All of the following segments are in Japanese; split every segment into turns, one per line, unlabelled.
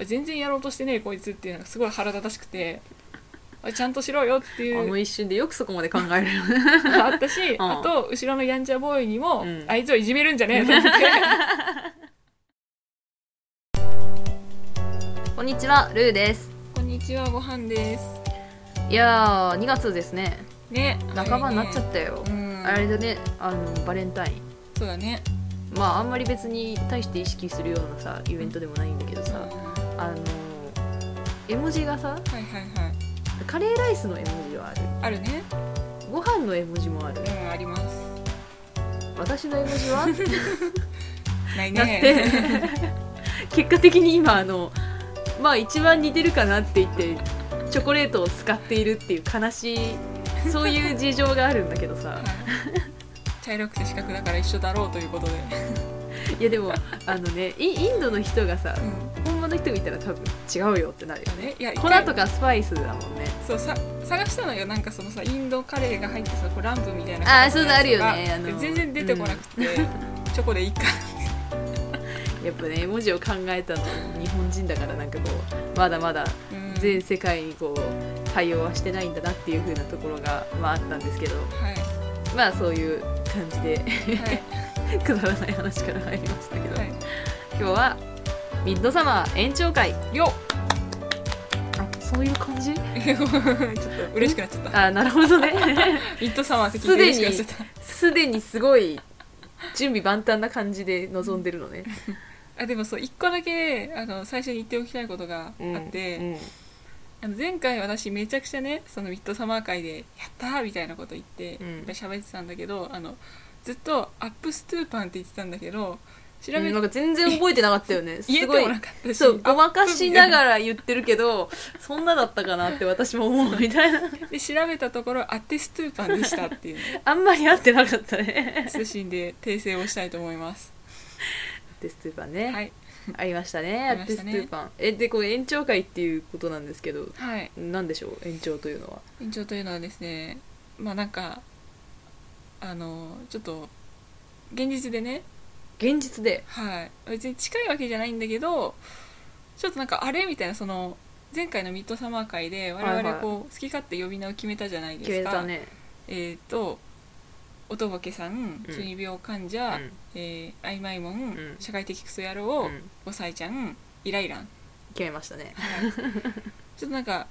あ全然やろうとしてねえこいつっていうのがすごい腹立たしくてあちゃんとしろよってい
あの
う
一瞬でよくそこまで考えるよね
のがあったし、
ん
あと後ろのやんちゃボーイにも、
うん
あいつをいじめるんじゃねえと思 って
こんにちはルーです
こんにちは、ご飯です。
いやー2月ですね
ね、
半ばになっちゃ
っ
ったよ、
うん、
あれだねあのバレンタイン
そうだね。
まああんまり別に大して意識するようなさイベントでもないんだけど
うん
さ
は
あの絵文字がさ
いはいはい。
カレーライスの絵文字はあ
あ
る
るね。
ご飯の絵文字もある
うん、あります。
私の絵文 字は
ない
だっ
ね。
て結果的に今あのまあ一番似てるかなって言ってチョコレートを使っているっていう悲しいそういう事情があるんだけどさ
はい茶色くて四角だから一緒だろうということで。
いやでもあのねイインドの人がさ
うん。
本場の人見たら多分違うよってなるよね
ね、いや、
粉とかスパイスだもんね
そうさ探したのよなんかそのさインドカレーが入ってさこうランプみたいな
あーそうだあるよねあの
全然出てこなくて、チョコでいいか
やっぱね絵文字を考えたの日本人だからなんかこうまだまだ全世界にこう対応はしてないんだなっていう風なところが、まあ、あったんですけど
はい
まあそういう感じで
はい
くだらない話から入りましたけど、
はい
今日はミッドサマー延長会
よっ
あそういう感じ
ちょっと嬉しくなっちゃった
あなるほどね
ミッドサマーって聞いて嬉しくなっちゃった
すでにすごい準備万端な感じで臨んでるのね
あでもそう1個だけあの最初に言っておきたいことがあって、
うん
あの前回私めちゃくちゃねそのミッドサマー会で「やったー!」みたいなこと言って
うん
やっぱり喋、ってたんだけどあのずっと「アップストゥーパン」って言ってたんだけど調べ、
うんなんか全然覚えてなかったよ ねす
言えて
ごい
もなかったし
そうごまかしな
ら
がら言ってるけどそんなだったかなって私も思うみたいな
で調べたところ「アテストゥーパン」でしたっていう ね
あんまり合ってなかったね
通信で訂正をしたいと思います
テストゥーパンね、
はい
ありました
あ
ね
りま
テ
し
ス
た
ト
ね
ゥーパンえでこれ延長会っていうことなんですけど
はい
なんでしょう延長というのは
延長というのはですねまあなんかあのちょっと現実でね
現実で
はい別に近いわけじゃないんだけどちょっとなんかあれみたいなその前回のミッドサマー会で我
はいは
々
い
こう好き勝手呼び名を決めたじゃないで
決
す
め
か、
たね、
えっ、と「おとぼけさん」
うん
「中二病患者」えーあいまいもん」
ん
社会的クソ野
うん
郎」
うん
5歳ちゃん」「イライラン
決めましたね」
ちょっとなんか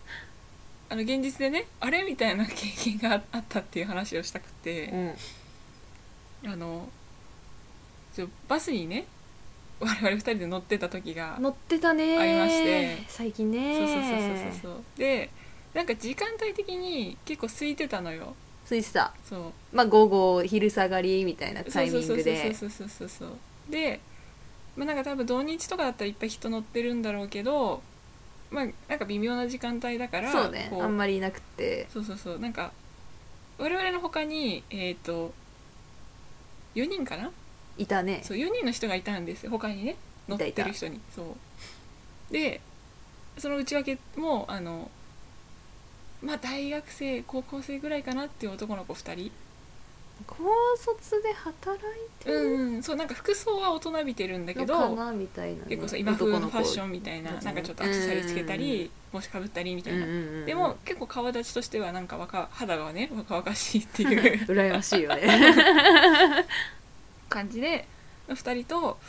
あの現実でねあれみたいな経験があったっていう話をしたくて。
うん
あのちょバスにね我々二人で乗ってた時が
乗ってたね
ありまして
最近
そうそう
ね
そうそうそうそうでなんか時間帯的に結構空いてたのよ
スイスタ
そ
まあ午後昼下がりみたいな
う
タイミングで
そうそうそうそうそうそうそうでまあなんか多分土日とかだったらいっぱい人乗ってるんだろうけどまあなんか微妙な時間帯だから
そうね
こ
あんまりいなくて
そうそうそうなんか我々の他にえっ、と4人かない
たね
そう4人の人がいたんですよ他にね乗っ
い
たて
いた
る人にそうでその内訳もあのまあ大学生高校生ぐらいかなっていう男の子2人
高卒で働いて
う
る
ん、うん、そうなんか服装は大人びてるんだけ
のか
ど
なみたいなね
結構さ今風のファッショ
ン
ンみたいな
男の子
なんかちょっとアクセサリーつけた
うんうん
り帽子かぶったりみたいな、で
で
も結構顔立ちとしてはなんか若肌がね若々しいって いう
羨ましい よね
感じで2人と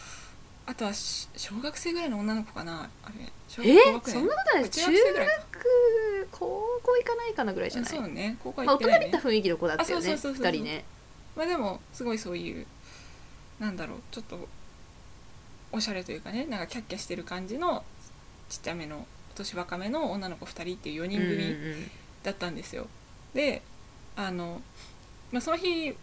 あとはし小学生ぐらいの女の子かなあれ小学
え
高学
そ
年
んなことない
中
中
学生ぐらいか
学高校行かないかなぐらいじゃない
そうね高校は行
まあ
って
大
ない、
人び
ね
た雰囲気の子だったよ
あそ
ね
うそうそうそう
二人ね
まあでもすごいそういうなんだろうちょっとおしゃれというかねなんかキャッキャしてる感じのちっちゃめの年若めの女の子2人っていう4人
うん
組
うんうん
だったんですよ、であの、まあ、その日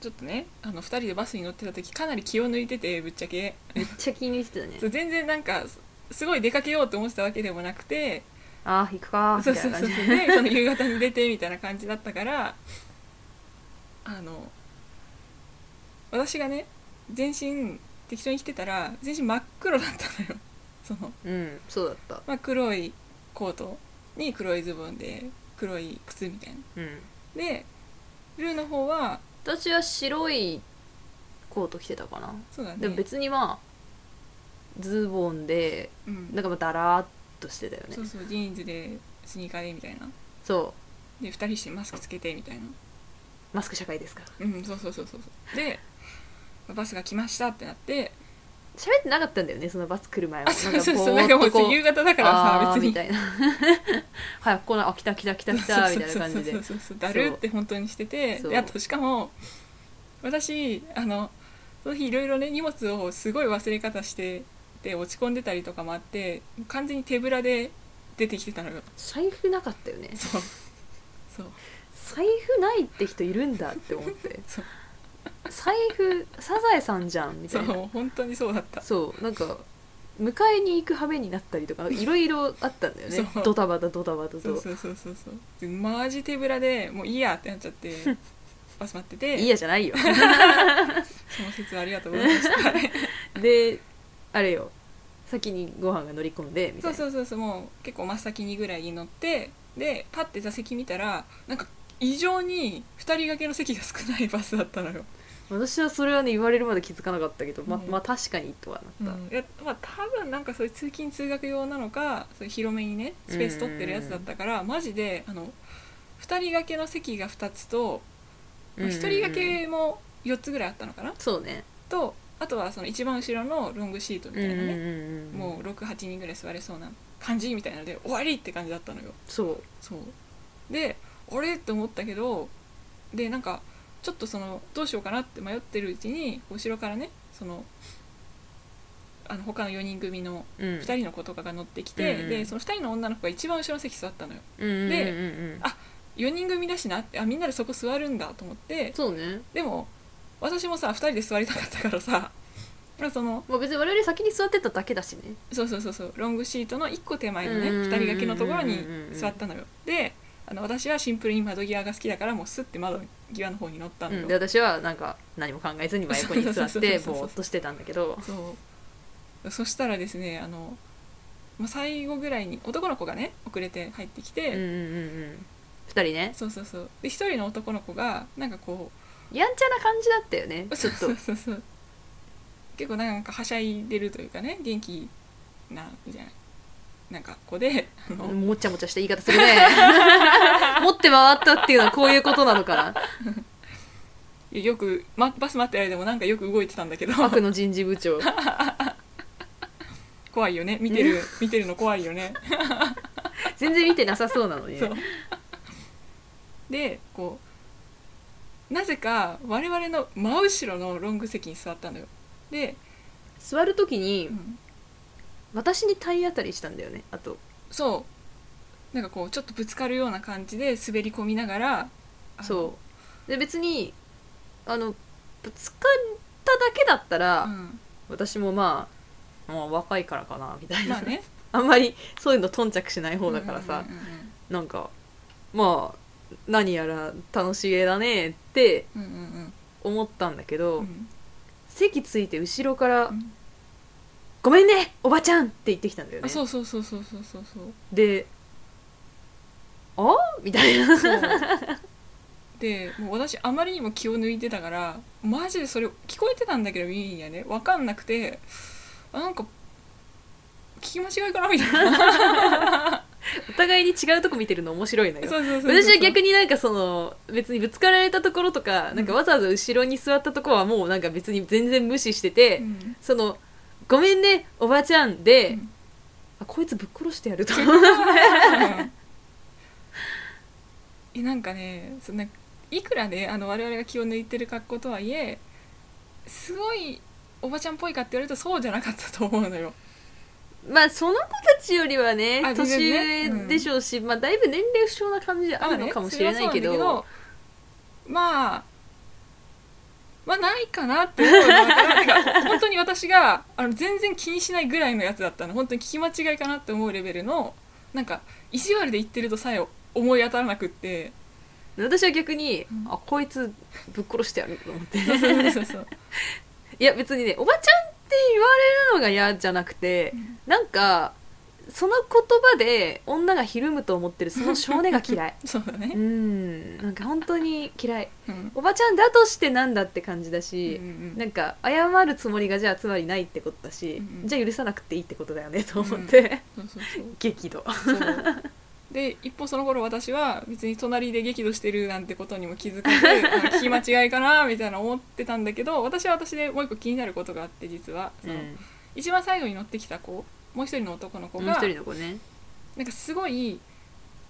ちょっとねあの2人でバスに乗ってた時かなり気を抜いててぶっちゃけ
めっちゃ気にしてたね
そう全然なんかすすごい出かけようと思ってたわけでもなくて
ああ行くかー
そう
み
そ
たいうな
そう
感
そう
じ
でその夕方に出てみたいな感じだったからあの私がね全身適当に着てたら全身真っ黒だったのよその、
うんそうだった
まあ、黒いコートに黒いズボンで黒い靴みたいな
うん
でルーの方は
私は白いコート着てたかな、
そうだね
でも別にまあズボンで
うん
なんかまあだらーっとしてたよね
そうそうジーンズでスニーカーでみたいな
そ
で2人してマスクつけてみたいな
うマスク社会ですから
うんそうそうそうそうそうでバスが来ましたってなって
喋ってなかったんだよねそのバス来る前は
あそうそうそうなん
なん
かも
かぼーっとこ
う夕方だからさ
あー
別に
みたいな 早く来ないあ来た来た来た来たみたいな感じで
そうそうそうそうだるって本当にしてて
そう
であとしかも私あのその日いろいろね荷物をすごい忘れ方してで落ち込んでたりとかもあってもう完全に手ぶらで出てきてたのよ
財布なかったよね
そうそう
財布ないって人いるんだって思って
そう
財布サザエさんじゃんみ
そ
た
う
いな
本当にそうだった
そうなんか迎えに行く羽目になったりとかいろいろあったんだよね
そう
ドタバタドタバタと
そうそうそうそうそうでマジ手ぶらでもういいやってなっちゃってバス待ってて
いいやじゃないよ
その説はありがとうございました
であれよ先にご飯が乗り込んでみた
そ
いう
そう
な
そうそうもう結構真っ先にぐらいに乗ってでパッて座席見たらなんか異常に2人掛けの席が少ないバスだったのよ、
私はそれはね言われるまで気づかなかったけど、ま
うん
まあ確かにとはなった、
いやまあ多分なんかそういう通勤通学用なのかそういう広めにねスペース取ってるやつだったからマジであの2人掛けの席が2つとまあ
う
1
ん
人掛けも4つぐらいあったのかな
そうね
とあとはその一番後ろのロングシートみたいなね、
うん
もう68人ぐらい座れそうな感じみたいなので終わりって感じだったのよ
そう
そうであれって思ったけどでなんかちょっとそのどうしようかなって迷ってるうちに後ろからねそのあの他の4人組の
2
2人の子とかが乗ってきて、
うんうん
でその2人の女の子が一番後ろの席座ったのよで
で
あ4人組だしなってあみんなでそこ座るんだと思って
そうね、
でも私もさ2人で座りたかったからさ まあその
まあ、別に我々先に座ってただけだしね
そうそうそうそうロングシートの1個手前のね
うんうん
2
うんうん
人掛けのところに座ったのよであの私はシンプルに窓際が好きだからもうスッて窓際の方に乗ったのよ、
で私はなんか何も考えずに真横に座
そ
っ
うそうそう
て
そう
ぼーっとしてたんだけど
そうそしたらですねあの、まあ、最後ぐらいに男の子がね遅れて入ってきて、
うんうんうんうん2人ね
そうそうそうで1人の男の子がなんかこ
やんちゃな感じだったよね
う
ちょっと
そうそうそう結構なんかはしゃいでるというかね元気なみたいななんか子であの、
もっちゃもちゃした言い方す るね持って回ったっていうのはこういうことなのかな
よく、ま、バス待ってる間もなんかよく動いてたん だけど
悪の人事 部長
怖いよね見てる見てるの怖いよね
全然見てなさそうなのに
そうでこうなぜか我々の真後ろのロング席に座ったのよで、
座る時に
うん
私に体当たりしたんだよねあと
そうなんかこうちょっとぶつかるような感じで滑り込みながらあの
そうで別にあのぶつかっただけだったら、
うん
私もまあもう若いからかなみたいな、
まあね
あんまりそういうの頓着しない方だからさ、
うんうんうん
なんかまあ何やら楽しげだねって
うんうん
思ったんだけ
う
ど、
んうん
席ついて後ろから「
うん
ごめんねおばちゃん!」って言ってきたんだよ
あ
ね
そうそうそうそうそうそうそう
で「あみたいな
そうでもう私あまりにも気を抜いてたからマジでそれ聞こえてたんだけど耳にはね分かんなくてあなんか聞き間違いかなみたいな
お互いに違うとこ見てるの面白いの よ
そうそうそうそう
私は逆になんかその別にぶつかられたところとかなんかわざわざ後ろに座ったところはもうなんか別に全然無視してて、
うん
その「ごめんねおばちゃんで」
うん
あこいつぶっ殺してやると
えなんかねそんないくらねあの我々が気を抜いてる格好とはいえすごいおばちゃんっぽいかって言われるとそうじゃなかったと思うのよ
まあその子たちよりはね
あ全
年
然ね
上でしょうし、まあ、だいぶ年齢不詳な感じあるのかもしれないけど,、
まあねそれはそうなんだけどまあまあないかなって思うのだからなんか本当に私があの全然気にしないぐらいのやつだったの本当に聞き間違いかなって思うレベルのなんか意地悪で言ってるとさえ思い当たらなくって
私は逆に、
うん
あこいつぶっ殺してやると思って
そうそうそうそう
いや別にねおばちゃんって言われるのが嫌じゃなくて、
うん
なんかその言葉で女がひるむと思ってるその少年が嫌い
そうだ
う
ね
んなんか本当に嫌い
うん
おばちゃんだとしてなんだって感じだ
うんう
し、
ん
なんか謝るつもりがじゃあつまりないってことだし、
うんうん
じゃあ許さなくていいってことだよねと思って、
そうそうそう
激怒
そうで一方その頃私は別に隣で激怒してるなんてことにも気づかずあ聞き間違いかなみたいな思ってたんだけ ど私は私でもう一個気になることがあって実はその、一番最後に乗ってきた子もう一人の男の子
もう
が
一人の子ね
なんかすごい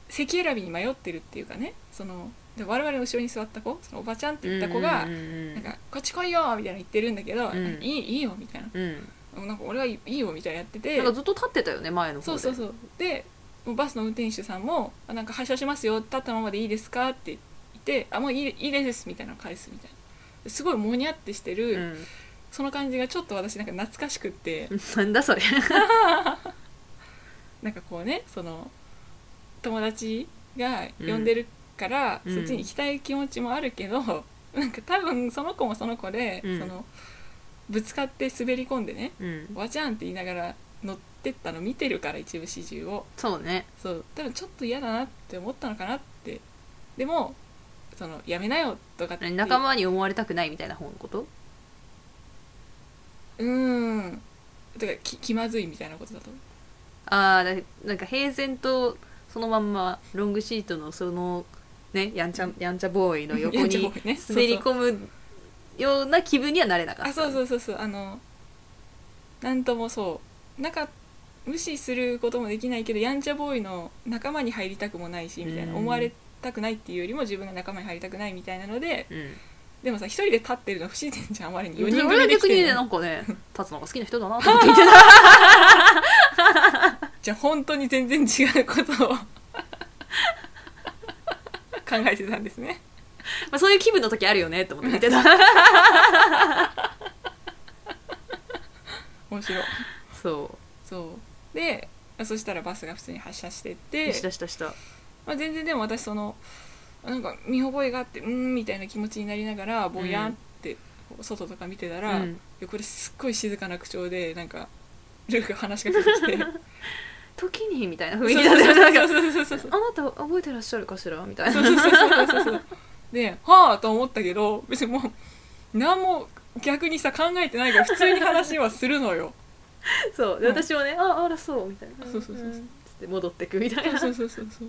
席選びに迷ってるっていうかねそので我々の後ろに座った子そのおばちゃんって言った子が「
うんうん
なんかこっち来いよ」みたいな言ってるんだけど「
うん
いいいいよ」みたいな
うんう
「
ん
なんか俺はいいいいよ」みたいなやってて
なんかずっと立ってたよね前の方
そう
で
そうそうでもうバスの運転手さんも「あなんか発車しますよ立ったままでいいですか?」って言って「あもういいいいです」みたいなの返すみたいなすごいもにゃってしてる、
うん
その感じがちょっと私なんか懐かしくって
なんだそれ
なんかこうねその友達が呼んでるから、
うん
そっちに行きたい気持ちもあるけど、 なんか多分その子もその子で、
うん
そのぶつかって滑り込んでね
うん
「わちゃん」って言いながら乗ってったの見てるから一部始終を。
そうね
そう多分ちょっと嫌だなって思ったのかなってでもそのやめなよとかって
仲間に思われたくないみたいな方のこと
うーんとかき気まずいみたいなことだと思
ああなんか平然とそのまんまロングシートのそのねやんちゃやんちゃボーイの
う
横
やんちゃボ
に
ーイね
滑り込むような気分にはなれなかった
あそうそううそうそうあのなんともそうなんか無視することもできないけどやんちゃボーイの仲間に入りたくもないしみたいな
うん
思われたくないっていうよりも自分が仲間に入りたくないみたいなので
うん
でもさ一人で立ってるの不自然じゃんあまりに4人組
俺は
で来
逆に
て
ね
る
な
の
んか ね立つのが好きな人だなと思って言ってた
じゃあ本当に全然違うことを 考えてたんですね
まあそういう気分の時あるよねと思って見 てた
面白い
そ
そうでそしたらバスが普通に発車してっ
う
て、
したしたした
まあ、全然でも私そのなんか見覚えがあってうーんみたいな気持ちになりながらぼやんって外とか見てたら、い
うん
やこれすっごい静かな口調でなんかルーが話しかけてきて
時にみたい な雰囲気だったよねなんか
そうそうそうそうそうそうそう
あなた覚えてらっしゃるかしらみたいな
そうそうそうではあと思ったけど別にもう何も逆にさ考えてないから普通に話はするのよ
そうで
うん
私もね、ああらそうみたいな
そうそうそうそうん
つって戻ってくみたいな
そうそうそうそう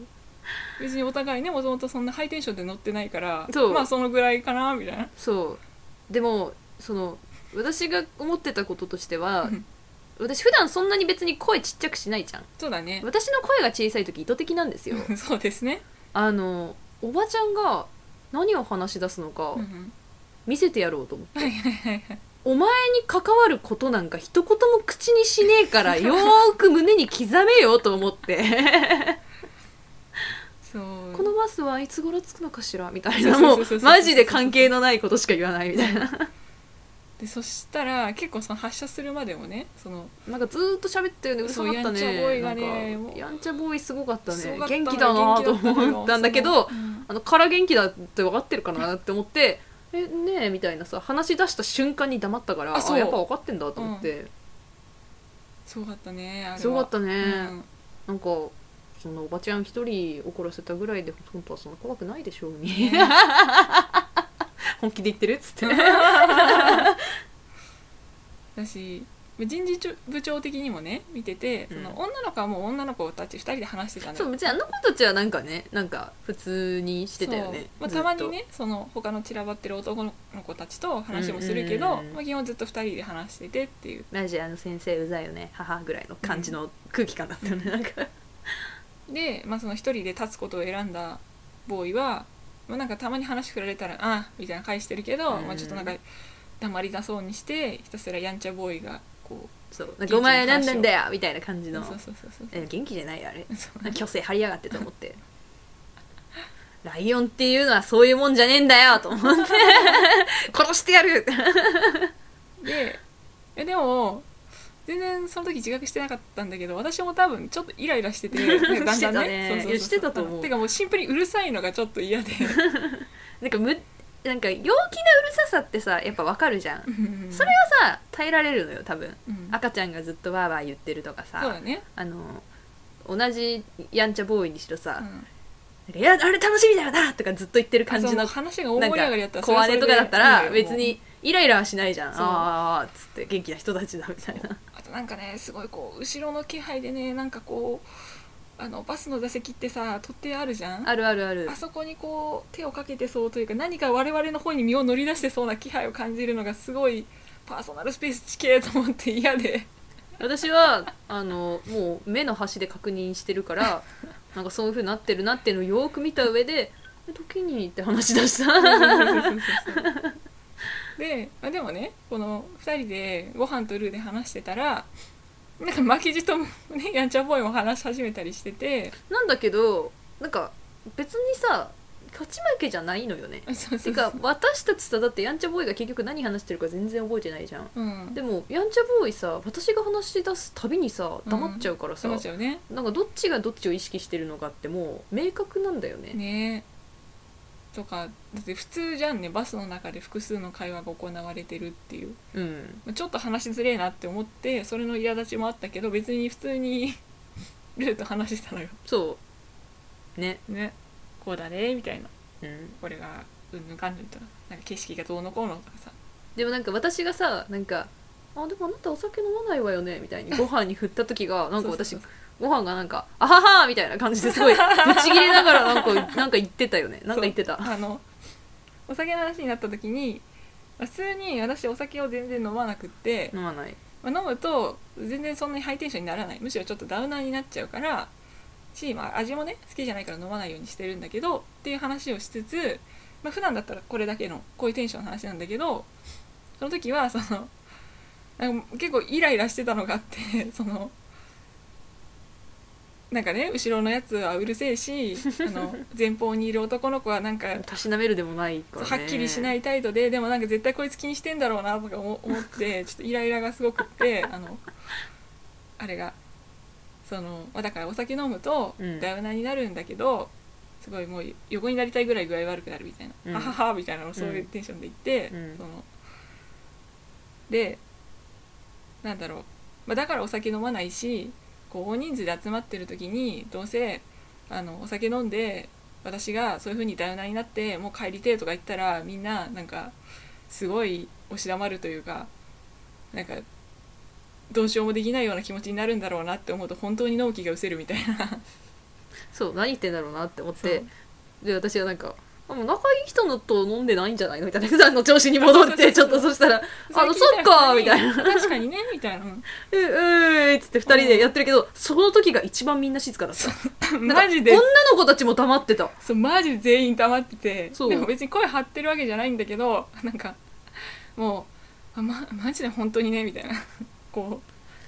別にお互いねもともとそんなハイテンションで乗ってないから
そう
まあそのぐらいかなみたいな
そうでもその私が思ってたこととしては
うん
私普段そんなに別に声ちっちゃくしないじゃん
そうだね
私の声が小さい時意図的なんですよ
そうですね、
あのおばちゃんが何を話し出すのか
うんうん
見せてやろうと思って、
はいはいはいはい
お前に関わることなんか一言も口にしねえからよーく胸に刻めよと思って
そう
このバスはいつ頃着くのかしらみたい
そ
な
うそう
も
そうそう
うマジで関係のないことしか言わないみたいな
でそしたら結構その発射するまでもねその
なんかずーっと喋ってるねうるさかったね
そうやんちゃボーイがね
なんかやんちゃボーイすごかったね
すごかったのよ
元気だなと
元気だったのよ
思ったんだけど
そのうん
あのから元気だって分かってるかなって 思って「えねえ」みたいなさ話し出した瞬間に黙ったから
あそう
やっぱ分かってんだと思って、
すごかったねあれは
すごかったね、
うん
なんかそのおばちゃん一人怒らせたぐらいで本当はそんな怖くないでしょうに、
ね
本気で言ってるっつって
だし人事部長的にもね見てて、
うん
その女の子はもう女の子たち2人で話してたんだ
そう別にあの子たちはなんかねなんか普通にしてたよね、
そう
ずっ
まあ、た
と
まにねその他の散らばってる男の子たちと話もするけ
うん
ど
うんうんうん
まあ基本ずっと2人で話しててっていう
マジあの先生うざいよね母ぐらいの感じの空気感だったよね、なんか
で、まあ、その1人で立つことを選んだボーイは、まあ、なんかたまに話振られたら「ああ」みたいな返してるけど、
うん
まあ、ちょっとなんか黙りだそうにしてひたすらやんちゃボーイがこ
そうなんかお前何なんだよみたいな感じ
う
の
そうそうそうそう
え元気じゃないよあれ
そう
虚勢張りやがってと思って ライオンっていうのはそういうもんじゃねえんだよと思って 殺してやる
でえでも全然その時自覚してなかったんだけど私も多分ちょっとイライラ しててなんかだんだんね
してたね
そうそうそう
いやしてたと思う
てかもうシンプルにうるさいのがちょっと嫌で
なんかむなんか陽気なうるささってさやっぱわかるじゃんそれはさ耐えられるのよ多分
うん
赤ちゃんがずっとわーわー言ってるとかさ
そうだね
あの同じやんちゃボーイにしろさ
うん
「なんかいやあれ楽しみだよな!」とかずっと言ってる感
あそ
じ
うも
の
う話が大
なん
盛り上がりやった
から小
それ
姉
はそ
と
れ
か
で
だったら
いいよ
別にイライラはしないじゃん
そう
あーあーあーっつって元気な人たちだみたい な
あとなんかねすごいこう後ろの気配でねなんかこうあのバスの座席ってさ取っ手あるじゃんあ
あるあるある
そこにこう手をかけてそうというか何か我々の方に身を乗り出してそうな気配を感じるのがすごいパーソナルスペース地形と思って嫌で
私はあのもう目の端で確認してる からなんかそういう風になってるなっていうのをよーく見た上で「え時に」って話し出した
で、まあ、でもねこの2人でご飯とルーで話してたらなんか巻き舌ともねやんちゃボーイも話し始めたりしてて
なんだけどなんか別にさ勝ち負けじゃないのよね
そうそ
て
うそ
か
う
私たちさだってやんちゃボーイが結局何話してるか全然覚えてないじゃん
うん
でもやんちゃボーイさ私が話し出すたびにさ黙っちゃうからさ、
そうなんですよね
なんかどっちがどっちを意識してるのかってもう明確なんだよね
ねとかだって普通じゃんねバスの中で複数の会話が行われてるっていう
うん
まあちょっと話しづれえなって思ってそれの苛立ちもあったけど別に普通に ルーと話してたのよ
そうね
ねこうだねみたいな
うん
これがうんぬんかんぬんとかなんか景色がどうのこうのとかさ
でもなんか私がさなんか「あでもあなたお酒飲まないわよね」みたい にご飯に振った時がなんか私
そうそう
ご飯がなんか「あはは」みたいな感じ ですごいぶち切れながらなんかなんか言ってたよねなんか言ってた
そうあのお酒の話になった時にまあ普通に私お酒を全然飲まなくって、
飲まない
まあ飲むと全然そんなにハイテンションにならないむしろちょっとダウナーになっちゃうからし、まあ、味もね好きじゃないから飲まないようにしてるんだけどっていう話をしつつ、まあ普段だったらこれだけのこういうテンションの話なんだけどその時はそのなんか結構イライラしてたのがあって そのなんかね後ろのやつはうるせえしあの前方にいる男の子はなんか
たしなめるでもないから、ね、
はっきりしないい態度ででもなんか絶対こいつ気にしてんだろうなとか思 思ってちょっとイライラがすごくって あのあれがそのまあだからお酒飲むと
うん
ダウナーになるんだけど、すごいもう横になりたいぐらい具合悪くなるみたいな「
うん
あはは」みたいなのをそういうテンションで言って、
う ん
そのでなんだろう、まあ、だからお酒飲まないしこう大人数で集まってる時にどうせあのお酒飲んで私がそういう風にダウナーになってもう帰りてえとか言ったらみんななんかすごい押し黙るというかなんかどうしようもできないような気持ちになるんだろうなって思うと本当に納期が失せるみたいな
そう何言ってんだろうなって思っ
そ
て
う
で私はなんか「あもう仲いい人のと飲んでないんじゃないの?」みたいな普段の調子に戻ってち
そ
ょ
う
っ
そうそ
とそしたら「あのそっか」みたいな
な確かにねみたいな
「ううーい」っつって2人でやってるけどその時が一番みんな静かだった
うん
なんか
マジで
女の子たちも黙ってた
そうマジで全員黙ってて
そう
でも別に声張ってるわけじゃないんだけどなんかもうあ、ま、マジで本当にねみたいなこ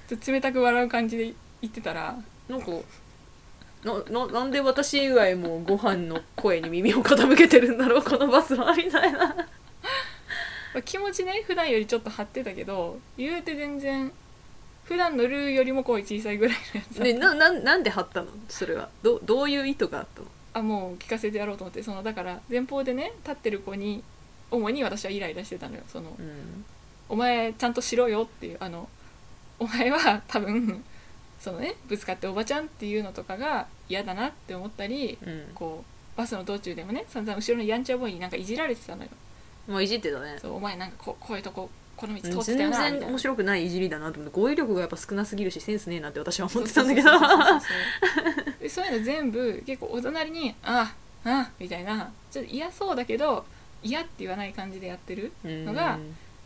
うちょっと冷たく笑う感じで言ってたら
なんかなななんで私以外もご飯の声に耳を傾けてるんだろうこのバスはみたいな
まあ気持ちね普段よりちょっと張ってたけど言うて全然普段のルーよりも声小さいぐらいのやつだ
でなななんで貼ったのそれはどどういう意図があったの
あもう聞かせてやろうと思ってそのだから前方でね立ってる子に主に私はイライラしてたのよその
うん
お前ちゃんとしろよっていうあのお前は多分そのねぶつかっておばちゃんっていうのとかが嫌だなって思ったり
うん
こうバスの道中でもね散々後ろのやんちゃボーイになんかいじられてたのよ
まあいじってたね
そうお前なんかこうこういうとここの道通ってたよ
全
なみ
然
たいな
面白くないいじりだなと思って語彙力がやっぱ少なすぎるしセンスねえなって私は思ってたんだけ ど
そうそうそうそうでそういうの全部結構お隣に「ああみたいなちょっと嫌そうだけど嫌って言わない感じでやってるのが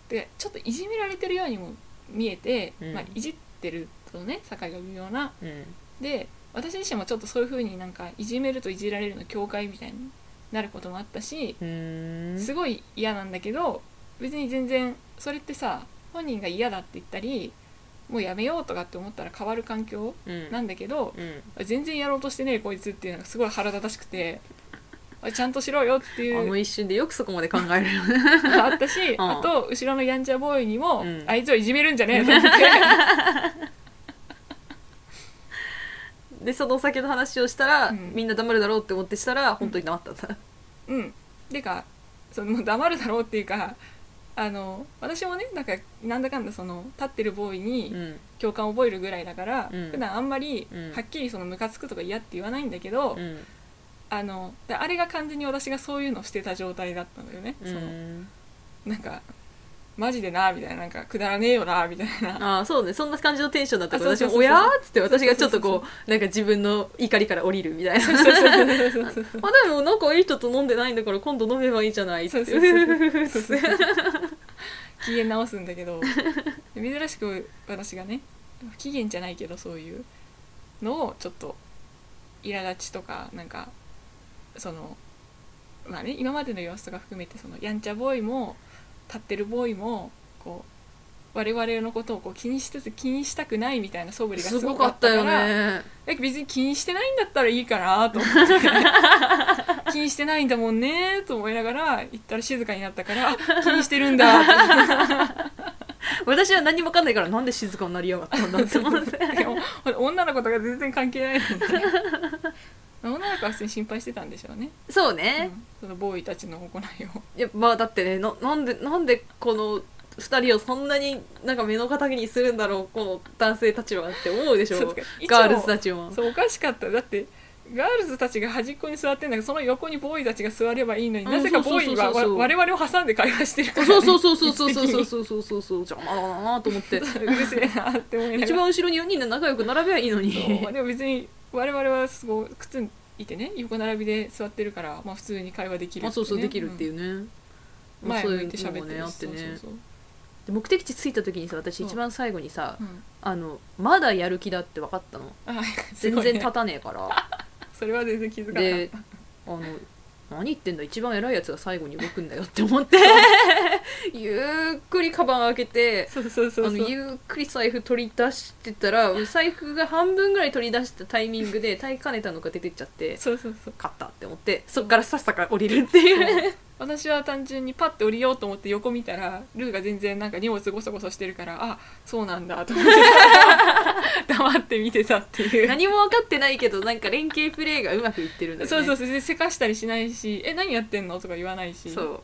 でちょっといじめられてるようにも見えて、
うん
まあ、いじってるとね境が微妙な
うんうん
で私自身もちょっとそういう風になんかいじめるといじられるの境界みたいになることもあったし
うん
すごい嫌なんだけど別に全然それってさ本人が嫌だって言ったりもうやめようとかって思ったら変わる環境
うん
なんだけど、
うん
全然やろうとしてねえこいつっていうのがすごい腹立たしくてあちゃんとしろよってい
あの
う
一瞬でよくそこまで考える よね
のがあった し、
ん
あと後ろのやんちゃボーイにも、
うん
あいつをいじめるんじゃねえと思って
でそのお酒の話をしたら、
うん
みんな黙るだろうって思ってしたら本当に黙ったんだ、
うんてかその黙るだろうっていうかあの私もねなんかなんだかんだその立ってるボーイ
う
に
ん
共感を覚えるぐらいだから、
うん
普段あんまり
うん
はっきりそのムカつくとか嫌って言わないんだけど、
うん
あのであれが完全に私がそういうのをしてた状態だったんだよね、
う
その
ん
なんかマジでなみたいななんかくだらねえよなみたいな
ああそうねそんな感じのテンションだったから
あ
私
そう
も
そ
「
うそうそう
おや?」っつって私がちょっ
そ
と
う
こうなんか自分の怒りから降りるみたいなあでもなんかいい人と飲んでないんだから今度飲めばいいじゃないっ
そう
て
そうそう そうそう機嫌直すんだけど珍しく私がね不機嫌じゃないけどそういうのをちょっと苛立ちとかなんかそのまあね今までの様子とか含めてそのやんちゃボーイも立ってるボーイもこう我々のことをこう気にしつつ気にしたくないみたいな素振りが
す
す
ご
ご
か
かっ
っ
たた
よ
から
ね
え別に気にしてないんだったらいいかなと思って 気にしてないんだもんねと思いながら行ったら静かになったから あ気にしてるんだっ
私は何もわかんないからなんで静かになりやがったんだって思って
て でも女の子とか全然関係ないので女の子は普通に 心配してたんでしょうね、
そう
う
ね、
んそのボーイたちの行い を
いやまあだってねななんでなんでこの2人をそんなになんか目の敵にするんだろうこの男性たちはって思うでし
そう
ょ
か一応
ガールズたちも
そうおかしかっただってガールズたちが端っこに座ってんだけどその横にボーイたちが座ればいいのに
うん
なぜかボーイは
そうそうそうそう
我々を挟んで会話してるから、ね、
そうそうそうそうそう
一
そ
時
う
に
そうそうそうそう邪魔だなと思って
うるせえなって思いながら
一番後ろに4人で仲良く並べばいいの
そ う
に
でも別に我々はすごい靴いてね横並びで座ってるから、まあ、普通に会話できる、
まあそうそうできるっていううね、
うん
ま
前
あそうい
向
う
いて喋
の
っ
も
て
ね
る
あっ
して
ね
そうそう
で目的地着いた時にさ私
そう
一番最後にさ
そう、うん
あのまだやる気だって分かったの
あす
全
ごい
然
ね
立たねえから
それは全然気づかなかっ
で
た
あの何言ってんだ一番偉いやつが最後に動くんだよって思って ゆっくりカバン開けて
そうそうそう
あ
そ
の
う
ゆっくり財布取り出してたら 財布が半分ぐらい取り出したタイミングで耐えかねたのが出てっちゃって
そうそうそう
勝ったって思ってそっからさっさか降りるっていう
私は単純にパッて降りようと思って横見たらルーが全然なんか荷物ごそごそしてるからあそうなんだと思って黙って 見てたっていう
何も分かってないけどなんか連携プレーがうまくいってるんだよね
そうそうそうでせかしたりしないし「え何やってんの?」とか言わないし
そ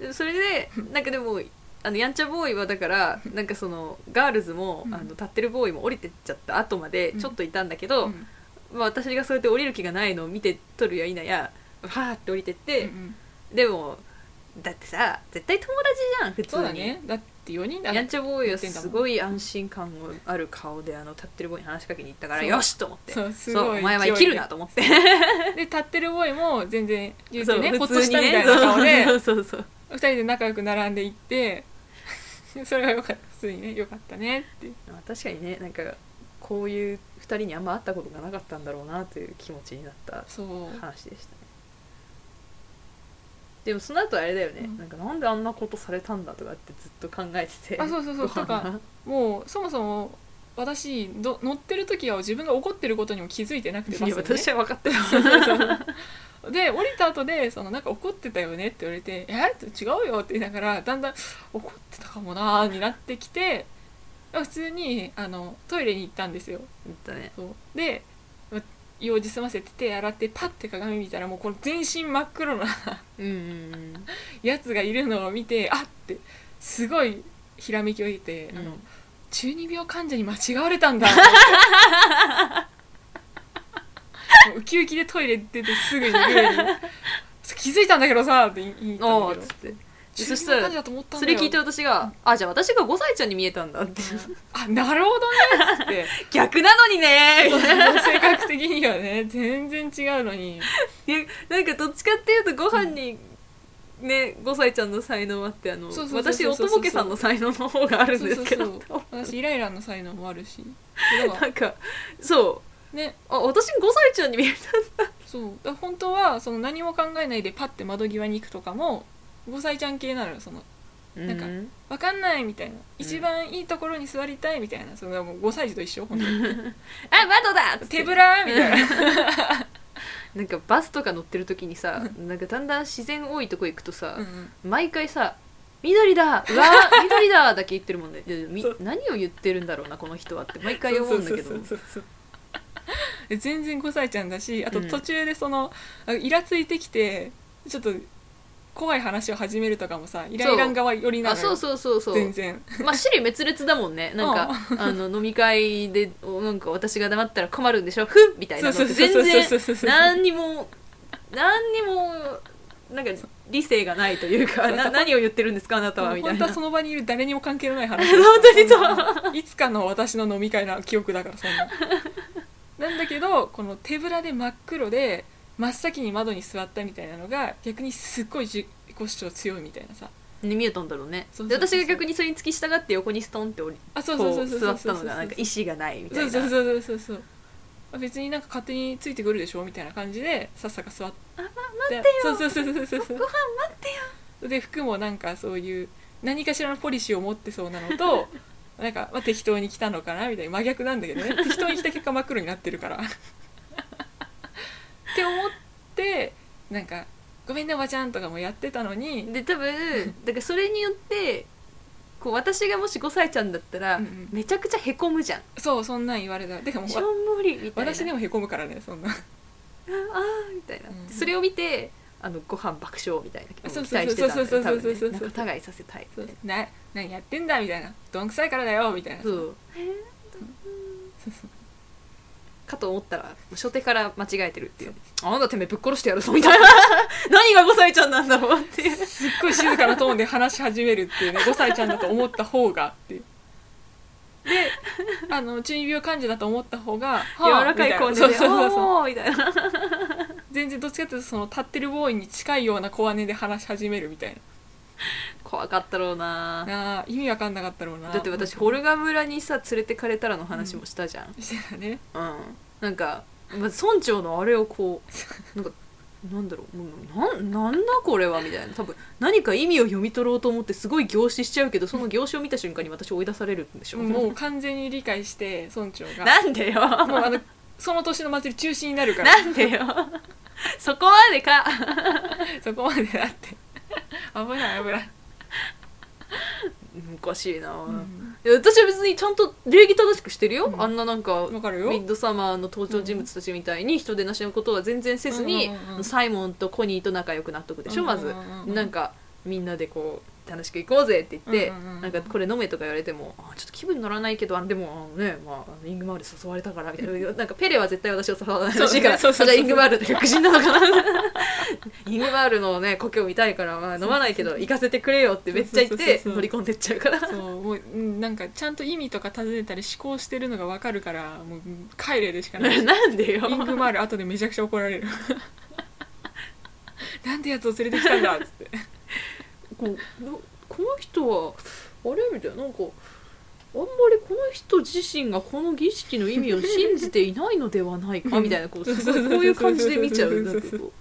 うでそ れでなんかでもあのやんちゃボーイはだからなんかそのガールズも、
うん
あの立ってるボーイも降りてっちゃった後までちょっといたんだけど、
うん
まあ、私がそうやって降りる気がないのを見て取るや否やはーって降りてっ
う
て、
ん
でもだってさ絶対友達じゃん普通
そうだ
に、
ねだって4人だ
やんちゃボーイは
言ってんだもん
すごい安心感をある顔であの立ってるボーイに話しかけに行ったから
そう
よしと思って
そうすごい
お前は生きるなと思ってそう
で立ってるボーイも全然言うてね
普
ほっ
通
とし
に
たみた
ね
いな顔で
そうそうそう
2人で仲良く並んでいって それはよかった普通にねよかったねって
まあ確かにねなんかこういう2人にあんま会ったことがなかったんだろうなという気持ちになった
そう
話でしたねでもその後あれだよね、
うん
なんかなんであんなことされたんだとかってずっと考えてて
あそうそうそう
ご飯
とか
が
もうそもそも私ど乗ってる時は自分が怒ってることにも気づいてなくて
いや
バスにね
私は分かってる
で降りた後でそのなんか怒ってたよねって言われて「えっ?」違うよって言いながらだんだん怒ってたかもなーになってきて普通にあのトイレに行ったんですよ
言ったね
そうでま用事済ませて手洗ってパッて鏡見たらもうこの全身真っ黒な
うんうんうん
やつがいるのを見てあってすごいひらめきを得て、あの中二病患者に間違われたん だもうウキウキでトイレ出てすぐに上に 「気づいたんだけどさ」って言い言ったん
お
だ
ー
け
っ
ど
つって
中二病患者だと思ったんだ
それ
よ
聞いて私が「あじゃあ私が5歳ちゃんに見えたんだ」って
あなるほどねっつって
逆なのにねみたいな
性格的にはね全然違うのに
いやなんかどっちかっていうとご飯に、ね、5歳ちゃんの才能あってあの
そうそうそう
私
そうそう
音ボケさんの才能の方があるんですけど
そうそうそう私イライラの才能もあるしだか
な
ら
んかそう
ね
あ私5歳ちゃんに見えた
そうだから本当はその何も考えないでパッて窓際に行くとかも5歳ちゃん系なのよその
なんか、
うん分かんないみたいな一番いいところに座りたいみたいなそのもう5歳児と一緒本当 に
あ窓だっつって
手ぶらみたいな
なんかバスとか乗ってる時にさなんかだんだん自然多いとこ行くとさ、
うん
毎回さ「緑だうわー緑だ」だけ言ってるもんねいやみ
そう
何を言ってるんだろうなこの人はって毎回思うんだけど
そうそうそうそうで全然5歳ちゃんだしあと
うん
途中でその、あイラついてきてちょっと怖い話を始めるとかもさイライラン側寄りな
あ
の
そう
よ
そうそうそう
全然
まあ種類滅裂だもんねなんかあの飲み会でおなんか私が黙ったら困るんでしょふっみたいなのって全然
そうそうそうそうそう
何にも何にもなんか理性がないというかな何を言ってるんですかあなたはみたい
本
な
当はその場にいる誰にも関係のない話
本当にそうん
ないつかの私の飲み会の記憶だからそんななんだけどこの手ぶらで真っ黒で真っ先に窓に座ったみたいなのが逆にすっごい自己主張強いみたいなさ
ね見えたんだろうね
そう
で
そうそうそう
私が逆にそれに突き従って横にストンって降り
あそうそう
こ
そう
う
そう
座
そうそ
った
う
のがなんか
そう
意思がないみた
そ
いうな
そうそうそうそうあ別になんか勝手についてくるでしょみたいな感じでさっさか座って
あま
待ってよそうそうそうそうそう
ご飯待ってよ
で服もなんかそういう何かしらのポリシーを持ってそうなの となんか、まあ、適当に来たのかなみたいな真逆なんだけ どね適当に来た結果真っ黒になってるから。って思ってなんか「ごめんねおばちゃん」とかもやってたのに
で多分だからそれによってこう私がもし5歳ちゃんだったら、
うんうん
めちゃくちゃへこむじゃん
そうそんなん言われたてかもう
しょ
わ
んぼりみたいな
私でもへこむからねそんな。
ああーみたいな、
うん
それを見てあのご飯爆笑みたいな気持ちを期待してたんだ
そうそうそう
よ
そうそうそうそう
多分ね仲違いさせたいみたいな
な何やってんだみたいな「どんくさいからだよ」みたいな
そうかと思ったら初手から間違えてるっていうあなたてめえぶっ殺してやるぞみたいな 何が5歳ちゃんなんだろうっていう
すっごい静かなトーンで話し始めるっていうね5歳ちゃんだと思った方がっていうであの中二病患者だと思った方が
柔らかい
コ
声
ー
で
そうそうそうそう
おーみたいな
全然どっちかっていうとその立ってるボーイに近いような小姉で話し始めるみたい
怖かったろうな
なあー意味わかんなかったろうな
だって私ホルガ村にさ連れてかれたらの話もしたじゃん、
してたね
うん、なんか、まず村長のあれをこうなんかなんだろうもうなんなんだこれはみたいな多分何か意味を読み取ろうと思ってすごい凝視しちゃうけどその凝視を見た瞬間に私追い出されるんでしょ
もう完全に理解して村長が
なんでよ
もうあのその年の祭り中止になるから
なんでよそこまでか
そこまでだって危ない危ない、
うんおかしいな、
うん
いや私は別にちゃんと礼儀正しくしてるよ、
うん
あんななんか
わかるよ
ミッドサマーの登場人物たちみたいに人でなしのことは全然せずに、
うんうんうん
サイモンとコニーと仲良くなっとくでしょ、ま
う
ず
んうんうんうん
なんかみんなでこう楽しく行こうぜって言って、
うんうんうん
なんかこれ飲めとか言われてもあちょっと気分乗らないけどあでもあのね、まあ、イングマール誘われたからみたいななんかペレは絶対私を誘わないらしいから
そうそうそうそう
あじゃあイングマールと客人な のかなイングマールのね故郷見たいから、まあ、飲まないけど行かせてくれよってめっちゃ言っ
そうそう
て
そうそう
乗り込んでっちゃうから。
そうもううんなんかちゃんと意味とか尋ねたり思考してるのが分かるからもううん帰れでしかないイ
なんでよ
ングマール後でめちゃくちゃ怒られる なんでやつを連れてきたんだっつって
こうなこの人はあれみたいななんかあんまりこの人自身がこの儀式の意味を信じていないのではないかみたいな こうすごいこういう感じで見ちゃうなんかこう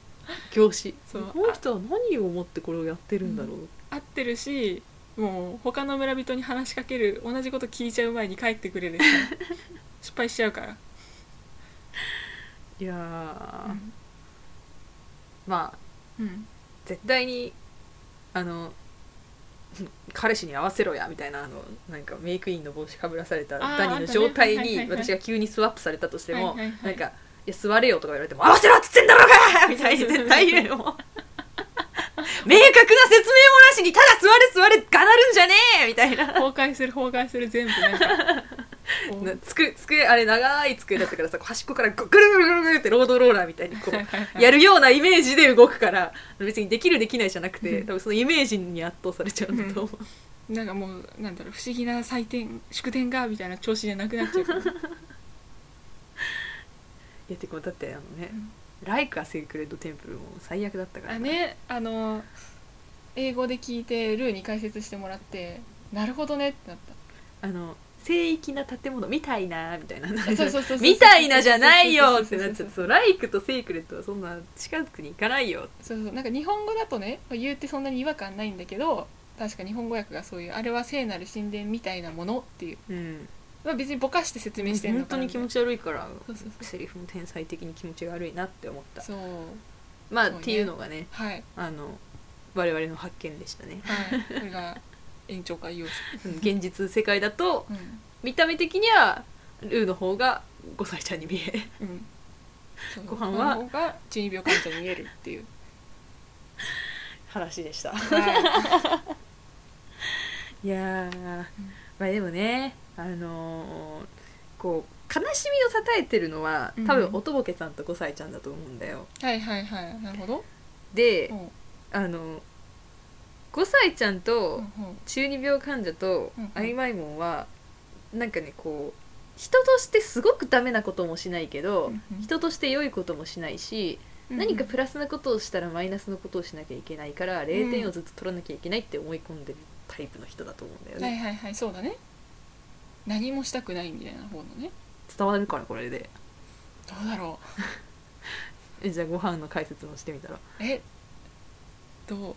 教師
そう
この人は何を思ってこれをやってるんだろう、
合ってるしもう他の村人に話しかける同じこと聞いちゃう前に帰ってくれでしか失敗しちゃうから、
いやー、
うん
まあ
うん、
絶対にあの彼氏に合わせろやみたいなあのなんかメイクインの帽子かぶらされた
あー
ダニー
あん
の
たね
状
は
態
いはい
に
はいはい
私が急にスワップされたとしても
はいはいはい
なんか「いや座れよ」とか言われても「合わせろっつってんだろうが!」みたいに絶対言うよ明確な説明もなしにただ座れ座れがなるんじゃねえみたいな。
崩壊する崩壊する全部 なんかこう
な机机あれ長い机だったからさこう端っこからぐぐるぐるぐるぐるってロードローラーみたいにこう
はいはいはい
やるようなイメージで動くから別にできるできないじゃなくて多分そのイメージに圧倒されちゃうんだと 思う、
なんかもうなんだろう不思議な祭典祝典がみたいな調子じゃなくなっちゃうから
いやてかだってあのね、
うん
ライクアセクレッドテンプルも最悪だったから
あ
な
ねあの英語で聞いてルーに解説してもらってなるほどねってなっ
あの聖域な建物みたいなみたいな
そうそうそうそう
みたいなじゃないよってなっち
そうそうそうそう
ゃってそうライクとセイクレットはそんな近くに行かないよ
たそうそうなんか日本語だとね言うってそんなに違和感ないんだけど確か日本語訳がそういうあれは聖なる神殿みたいなものっていう、
うん
まあ、別にぼかして説明してん
本
の
当
かな
に
み
気
たいな
持ち悪いから
そうそう
セリフも天才的に気持ちが悪いなって思った
そう
まあ、
そうね
っていうのがね
はい
あの我々の発見でしたね
はいこれが延長会要素、
うん現実世界だと
うん
見た目的にはルーの方が5歳ちゃんに見え
うん、そう
ご飯
ご飯
は
の方が中二病患者に見えるっていう
話でした
はい
やーまあでもねあのーこう悲しみをたたえてるのは多
う
分
ん
おとぼけさんと5歳ちゃんだと思うんだよ、
い、はいはいはいなるほど
で
うんうん
あの5歳ちゃんと
うん
中二病患者と
うんうん
アイマイモンはなんかねこう人としてすごくダメなこともしないけど
うんうん
人として良いこともしないし何かプラスなことをしたらマイナスのことをしなきゃいけないから0点をずっと取らなきゃいけないって思い込んでるタイプの人だと思うんだよ
はい
ね
はいはいそうだね何もしたくないみたいな方のね
伝わるからこれで
どうだろう
えじゃあご飯の解説もしてみたら
えどうどこ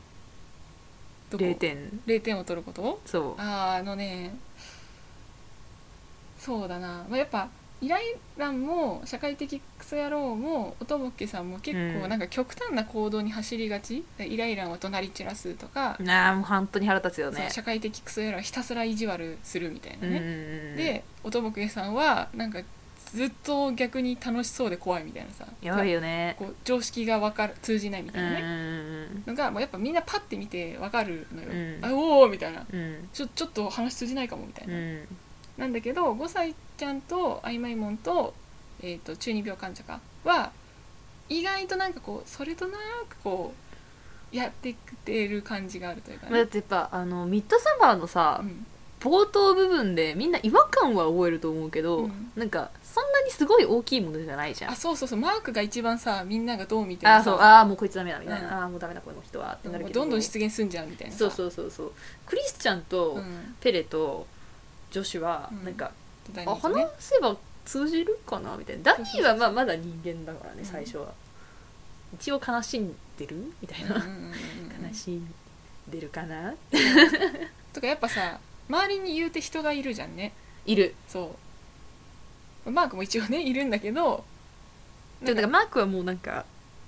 0点
0点を取ること
そ
あーあのねそうだな、まあ、やっぱイライランも社会的クソ野郎もおとぼけさんも結
う
構
ん
なんか極端な行動に走りがち、イライランを怒鳴り散らすとか、
うなあもう本当に腹立つよ
そ
ね
う社会的クソ野郎はひたすら意地悪するみたいな
うんうん
ね、
うん
でおとぼけさんはなんかずっと逆に楽しそうで怖いみたいなさ
やばいよね
こう常識がわかる通じないみ
う
た
ん
いうなんね、のがもうやっぱみんなパッて見てわかるのよ、
うん
あおおみたいな
うんうん
ちょちょっと話通じないかもみたいうな、
ん
なんだけど5歳ちゃんとあいまいもんと,、えー、と中二病患者かは意外となんかこうそれとなくこうやってくてる感じがあるというか
まあだっ
ね。
てやっぱあのミッドサマーのさ
うん
冒頭部分でみんな違和感は覚えると思うけど、
うん
なんかそんなにすごい大きいものじゃないじゃん
あそうそうそうマークが一番さみんながどう見て
あ
も
あそう
さ
ああもうこいつダメだみたいな、
うん
ああもうダメだこの人はってなる
もう
けど
どんどん出現すんじゃんみたいなさ
そうそうそうそうクリスチャンと
うん
ペレと女子は
うん
なんか、
大
あ
人気ね
話せば通じるかなみたいなダニーはまあまだ人間だからね
うん
最初は、一応悲しんでるみたい
うん
な、
うんうんうんうん
悲しんでるかな
とかやっぱさ周りに言うて人がいるじゃんね
いる
そうマークも一応ねいるんだけど
でもなんかマークはもうなんか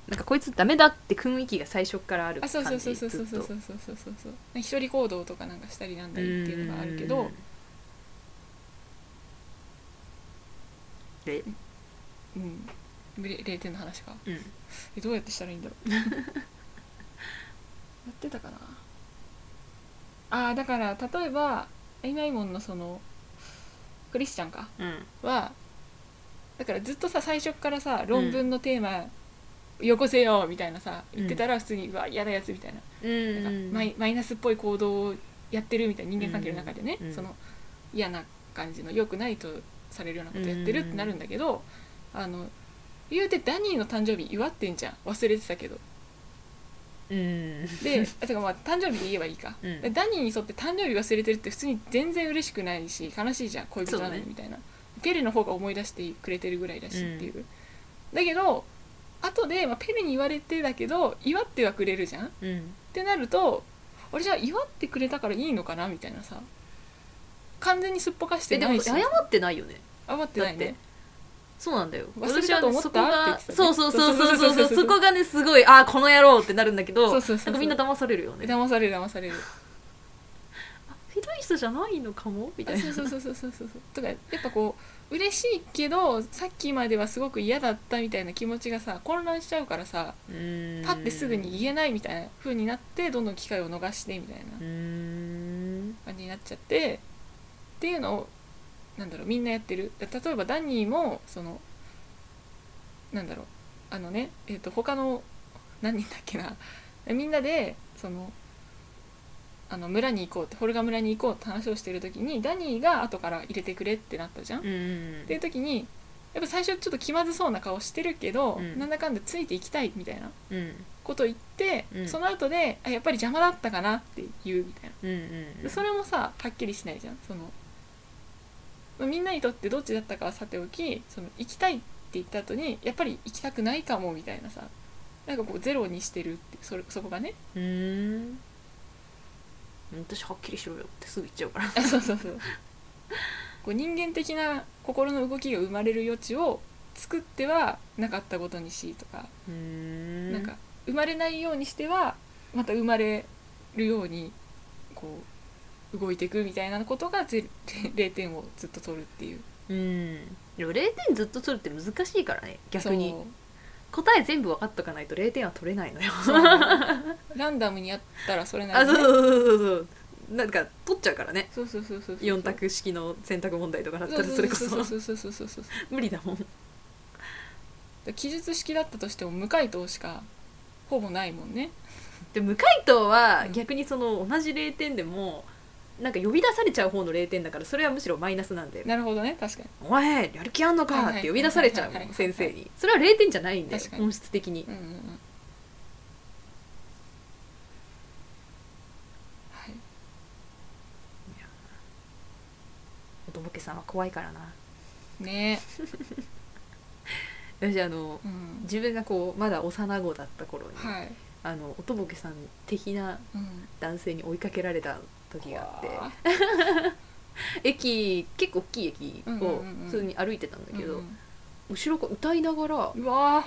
なんかこいつダメだって雰囲気が最初からある
あ
感じ
そうそうそうそう
ず
そう
っ
そう
と
そうそうそうそうなんか一人行動とかなんかしたりなんだりっていうのがあるけ
う
ど
んで、
うんれ0点の話か
うん、
えどうやってしたらいいんだろ うやってたかなあーだから例えばアイマイモンのそのクリスチャンか
うん、
はだからずっとさ最初っからさ論文のテーマよこせよみたいなさ言ってたら普通に、うわ嫌なやつみたいな
うん
なんか
うん
マイマイナスっぽい行動をやってるみたいな人間関係の中でね、
うんうん
その嫌な感じの良くないとされるようなことやってるってなるんだけど、あの言うてダニーの誕生日祝ってんじゃん忘れてたけど
うん
であてかまあ誕生日で言えばいいか、
うん
でダニーにとって誕生日忘れてるって普通に全然嬉しくないし悲しいじゃん恋人なの
そう
に
ね
みたいな、ペレの方が思い出してくれてるぐらいだし
うん
っていう、だけど後で、まあ、ペレに言われてだけど祝ってはくれるじゃん
うん
ってなるとあれじゃあ祝ってくれたからいいのかなみたいなさ完全にすっぽかして
えで
な
も
いし
謝ってないよね
謝ってないね
そうなんだよ
忘れたと思った
私はね
って言ってた
そこがそう
ね
そうそうそうそう
そうそうそうそう
そこがねすごいああこの野郎ってなるんだけど
そうそうそうそう
なんかみんな騙されるよね
騙される騙される
ひどい人じゃないのかもみた
あ
い
そ
な
うそうそうそうそうそうとかやっぱこう嬉しいけどさっきまではすごく嫌だったみたいな気持ちがさ混乱しちゃうからさパッてすぐに言えないみたいな風になってどんどん機会を逃してみたいな
うーん
感じになっちゃってっていうのをなんだろうみんなやってるだ例えばダニーもそのなんだろうあのねえっ、と他の何人だっけな みんなでそのあの村に行こうってホルガ村に行こうって話をしてる時にダニーが後から入れてくれってなったじゃん。っ
うん
ていう時にやっぱ最初ちょっと気まずそうな顔してるけど、
うん
なんだかんだついていきたいみたいな
うんうん
こと言って、
うん
その後であやっぱり邪魔だったかなって言うみたいな。
うんう
で
ん
それもさはっきりしないじゃんそのまあみんなにとってどっちだったかはさておきその行きたいって言った後にやっぱり行きたくないかもみたいなさなんかこうゼロにしてるってそれそこがね
うーん私はっきりしろよってすぐ言っちゃうから
あそうそうそうこう人間的な心の動きが生まれる余地を作ってはなかったことにしとか、
うん
なんか生まれないようにしてはまた生まれるようにこう動いていくみたいなことが ゼ0点をずっと取るっていう
うんでも0点ずっと取るって難しいからね逆に
そう
答え全部分かっとかないと0点は取れないのよ
そうなのランダムにやったらそれな
あ
り
そう
にね
そうそうそうなんか取っちゃうからね
そうそうそうそうそう
4択式の選択問題とかだったらそれこそ
そうそうそうそうそうそう
無理だもん
で記述式だったとしても無回答しかほぼないもんね
で無回答は
うん
逆にその同じ0点でもなんか呼び出されちゃう方の0点だからそれはむしろマイナスなんで
なるほどね確かに
「お前やる気あんの
はい
か!」
は
っ
い
て呼び出されちゃう
はいはい
も
は
ん
い
先生にそれは0点じゃないんだよ
確かに
本質的に
うんうんうんはい
おとぼけさんは怖いからな
ね
私あの
え、うん、
自分がこうまだ幼子だった頃に、
はい、
あのおとぼけさん的な
うん、
男性に追いかけられた時があって
うわ
駅結構大きい駅
うんうん
を
うんうん
普通に歩いてたんだ
ー
けど、
うん
後ろから歌いながら
うんうわ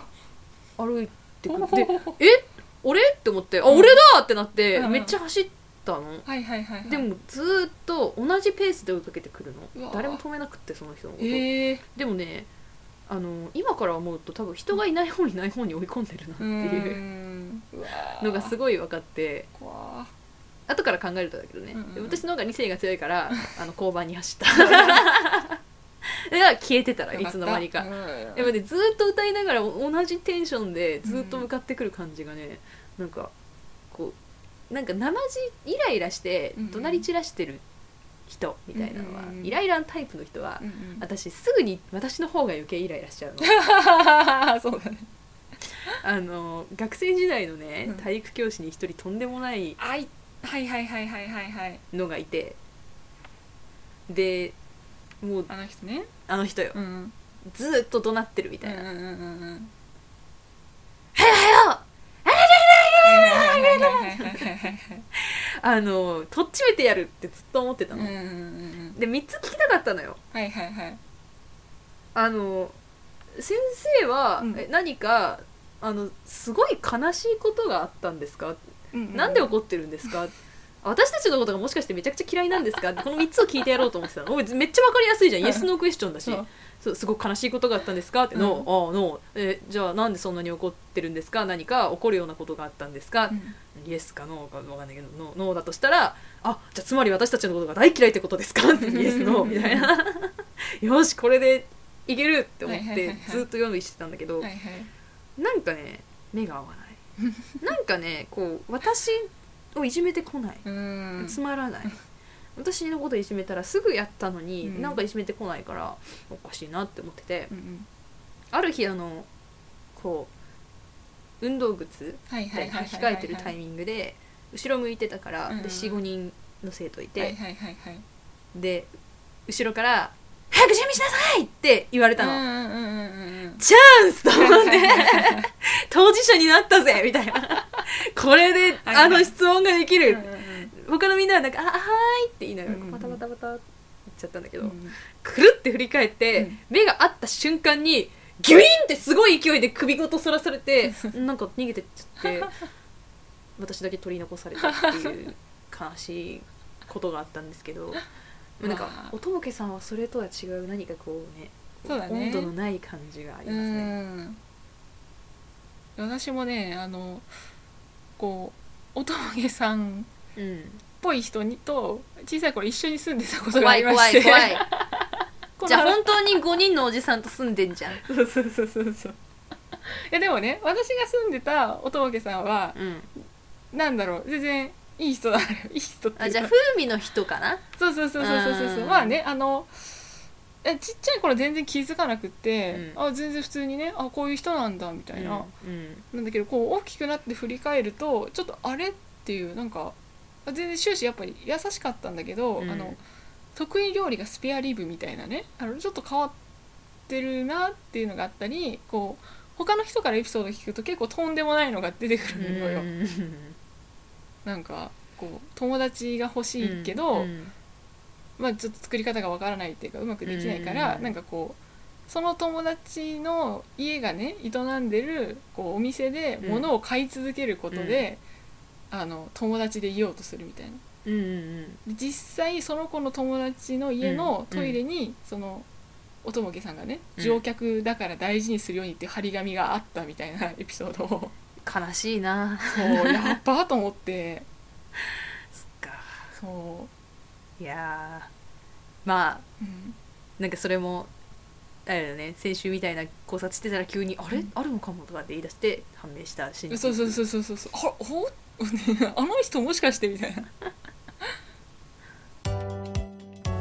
歩いてく
ー
るで「え俺?」って思って「あ
うん
俺だ!」ってなって
うんうん
めっちゃ走ったの
はいはいはい、はい、
でもずーっと同じペースで追いかけてくる
うわ
の誰も止めなくってその人のこと、
ええ
でもねあの今から思うと多分人がいない方にない方に追い込んでるなって
うー
いうん
うわー
のがすごい分かって
怖ー
後から考えるとだけどね、
うんうんうん
で私の方が2世が強 いからあの交番に走っただから消えてたらいつの間にか
よった
やっぱねずーっと歌いながらお同じテンションでずーっと向かってくる感じがね、なんかこうなんかなまじイライラして
うん
怒鳴り散らしてる人みたいなのは、
うん
イライラタイプの人は、
うんうん
私すぐに私の方が余計イライラし ちゃうの
そうだね
あの学生時代のね
うん
体育教師に一人とんでもない
あいはいはいはいはいはいはい
のがいてでもう
あの人ね
あの人よ
うん
ずーっと怒鳴ってるみ
う
た
ん
いうな
ん
「はよ
うんうんうん
はよ
はいはいはいはいはいはいはい
あのとっちめてやる」ってずっと思ってた
うん
の、
うんうんうん
で3つ聞きたかったのよ
はいはいはい
あの先生は、
うん
え何かあのすごい悲しいことがあったんですか、
うう
なんで怒ってるんですか 私たちのことがもしかしてめちゃくちゃ嫌いなんですかこの3つを聞いてやろうと思ってたのおいめっちゃ分かりやすいじゃんイエスノークエスチョンだし
そう
そうすごく悲しいことがあったんですかって
うん
の、ああのえじゃあなんでそんなに怒ってるんですか何か怒るようなことがあったんですか、
うん
イエスかノーか分かんないけどノーノーだとしたらあじゃあつまり私たちのことが大嫌いってことですかイエスノーみたいな よしこれでいけるって思っ
はいはいはいは
て
い
ずっと用意してたんだけど、
はいはい
なんかね目が合わない なんかねこう私をいじめてこない、
うん
つまらない私のこといじめたらすぐやったのに、
うん
なんかいじめてこないからおかしいなって思ってて
うんうん
ある日あのこう運動靴
はいはいはいはい
控えてるタイミングで後ろ向いてたから、
うんうん
で45人の生徒いて、
はいはいはいはい
で後ろから「早く準備しなさい!」って言われたの、
うんうんうんうんうん
チャンスと思って当事者になったぜみたいなこれで
はいはい
あの質問ができ
うん
る、
うん
他のみんなはなんか「あはーい」って言いながら
うんうん
バタバタバタって言っちゃったんだけ
う
ど、
ん
くるって振り返って、
うん
目が合った瞬間にギュインってすごい勢いで首ごとそらさ れてなんか逃げてっちゃって私だけ取り残されたっていう悲しいことがあったんですけどなん
うわ
か
ー
おとぼけさんはそれとは違う何かこうね
そうだね
温度のない感じがあり
う
ますね。
ん私もねあのこうおともげさんっ
うん、
ぽい人にと小さい頃一緒に住んでたことがあ
怖
り
い
ま
怖
し
い
て
怖い
こ
じゃあ
の
本当に5人のおじさんと住んでんじゃん、
そうそうそうそう そういやでもね私が住んでたおともげさんは
うん、
なんだろう全然いい人だよ いい人って
あ
いう
じゃあ
か
風味の人かな
そうそうそうそうそうそうそう
うん
まあねあのえちっちゃい頃全然気づかなくって、
うん
あ全然普通にねあこういう人なんだみたいな、
うん
なんだけどこう大きくなって振り返るとちょっとあれっていうなんか全然終始やっぱり優しかったんだけど、
うん
あの得意料理がスペアリブみたいなねあのちょっと変わってるなっていうのがあったりこう他の人からエピソード聞くと結構とんでもないのが出てく
う
るのよ、
ん
なんかこう友達が欲しいけど、
うん
まあ、ちょっと作り方がわからないっていうかうまくできないから、
うん
なんかこうその友達の家がね営んでるこうお店で
うん
物を買い続けることで、あの友達でいようとするみたいな
うんうんうん
で実際その子の友達の家の
うん
トイレに、その音もけさんがね
うん
乗客だから大事にするようにっていう張り紙があったみたいなエ ピソードを
悲しいな
そうやっぱと思って
そっか
そ
いやーまあ
う、うん、
なんかそれもあれだよね先週みたいな考察してたら急に「あれあるのかも」とかって言い出して判明した真実
そうそうそうそうそうそうあお あの人もしかしてみたいな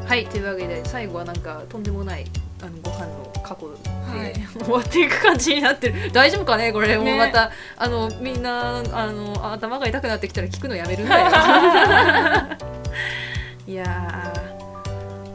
はいというわけで最後はなんかとんでもないあのご飯の過去で、
はい
終わっていく感じになってる大丈夫かねこれもう
ね
またあのみんなあの頭が痛くなってきたら聞くのやめる んだよいや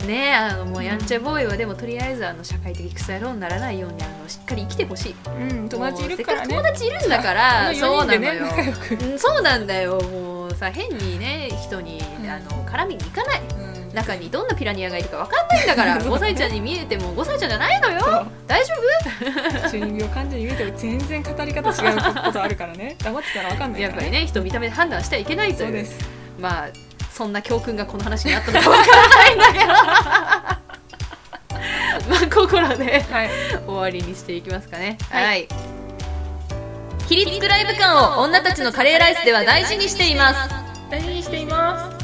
ーねえあのもうやんちゃボーイはでもとりあえずあの社会的クソ野郎にならないようにあのしっかり生きてほしい
うん友達いるから
も
ね
うせっかく友達いるんだか ら、
あの
そう
4人
な
でね
のよ、
仲良 く、
うんそうなんだよもうさ変にね人に、
うん
あの絡みに行かない
うん
中にどんなピラニアがいるかわかんないんだ から
そう
5歳ちゃんに見えても5歳ちゃんじゃないの
そ
よ
う
大丈
中二病患者に見えても全然語り方違うことあるからね黙ってたら分かん
夫
ない
や
か
っ
ら
ぱりね人見た目で判断してはいけないと
そう
い
で
う
す
まあそんな教訓がこの話にあったの かわからないんだけど まあここらで
はい
終わりにしていきますかね
はい
はい比率クライブ感を女たちのカレーライスでは大事にしています
大事にしています